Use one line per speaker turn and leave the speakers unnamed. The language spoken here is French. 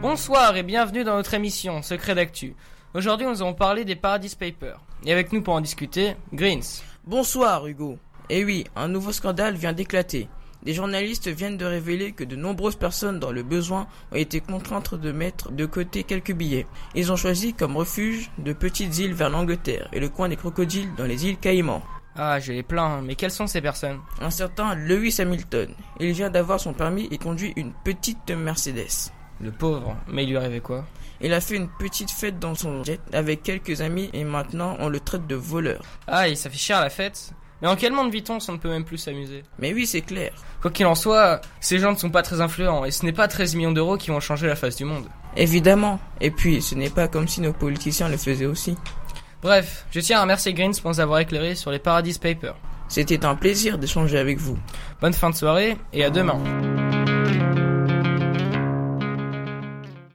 Bonsoir et bienvenue dans notre émission Secret d'actu. Aujourd'hui, nous allons parler des Paradise Papers. Et avec nous pour en discuter, Greens.
Bonsoir Hugo. Eh oui, un nouveau scandale vient d'éclater. Des journalistes viennent de révéler que de nombreuses personnes dans le besoin ont été contraintes de mettre de côté quelques billets. Ils ont choisi comme refuge de petites îles vers l'Angleterre et le coin des crocodiles dans les îles Caïmans.
Ah, je les plains, mais quelles sont ces personnes
Un certain Lewis Hamilton. Il vient d'avoir son permis et conduit une petite Mercedes.
Le pauvre, mais il lui arrivait quoi
Il a fait une petite fête dans son jet avec quelques amis et maintenant on le traite de voleur.
Ah, et ça fait cher la fête mais en quel monde vit-on si on ne peut même plus s'amuser
Mais oui, c'est clair.
Quoi qu'il en soit, ces gens ne sont pas très influents et ce n'est pas 13 millions d'euros qui vont changer la face du monde.
Évidemment. Et puis, ce n'est pas comme si nos politiciens le faisaient aussi.
Bref, je tiens à remercier Greens pour nous avoir éclairé sur les Paradise Papers.
C'était un plaisir d'échanger avec vous.
Bonne fin de soirée et à demain.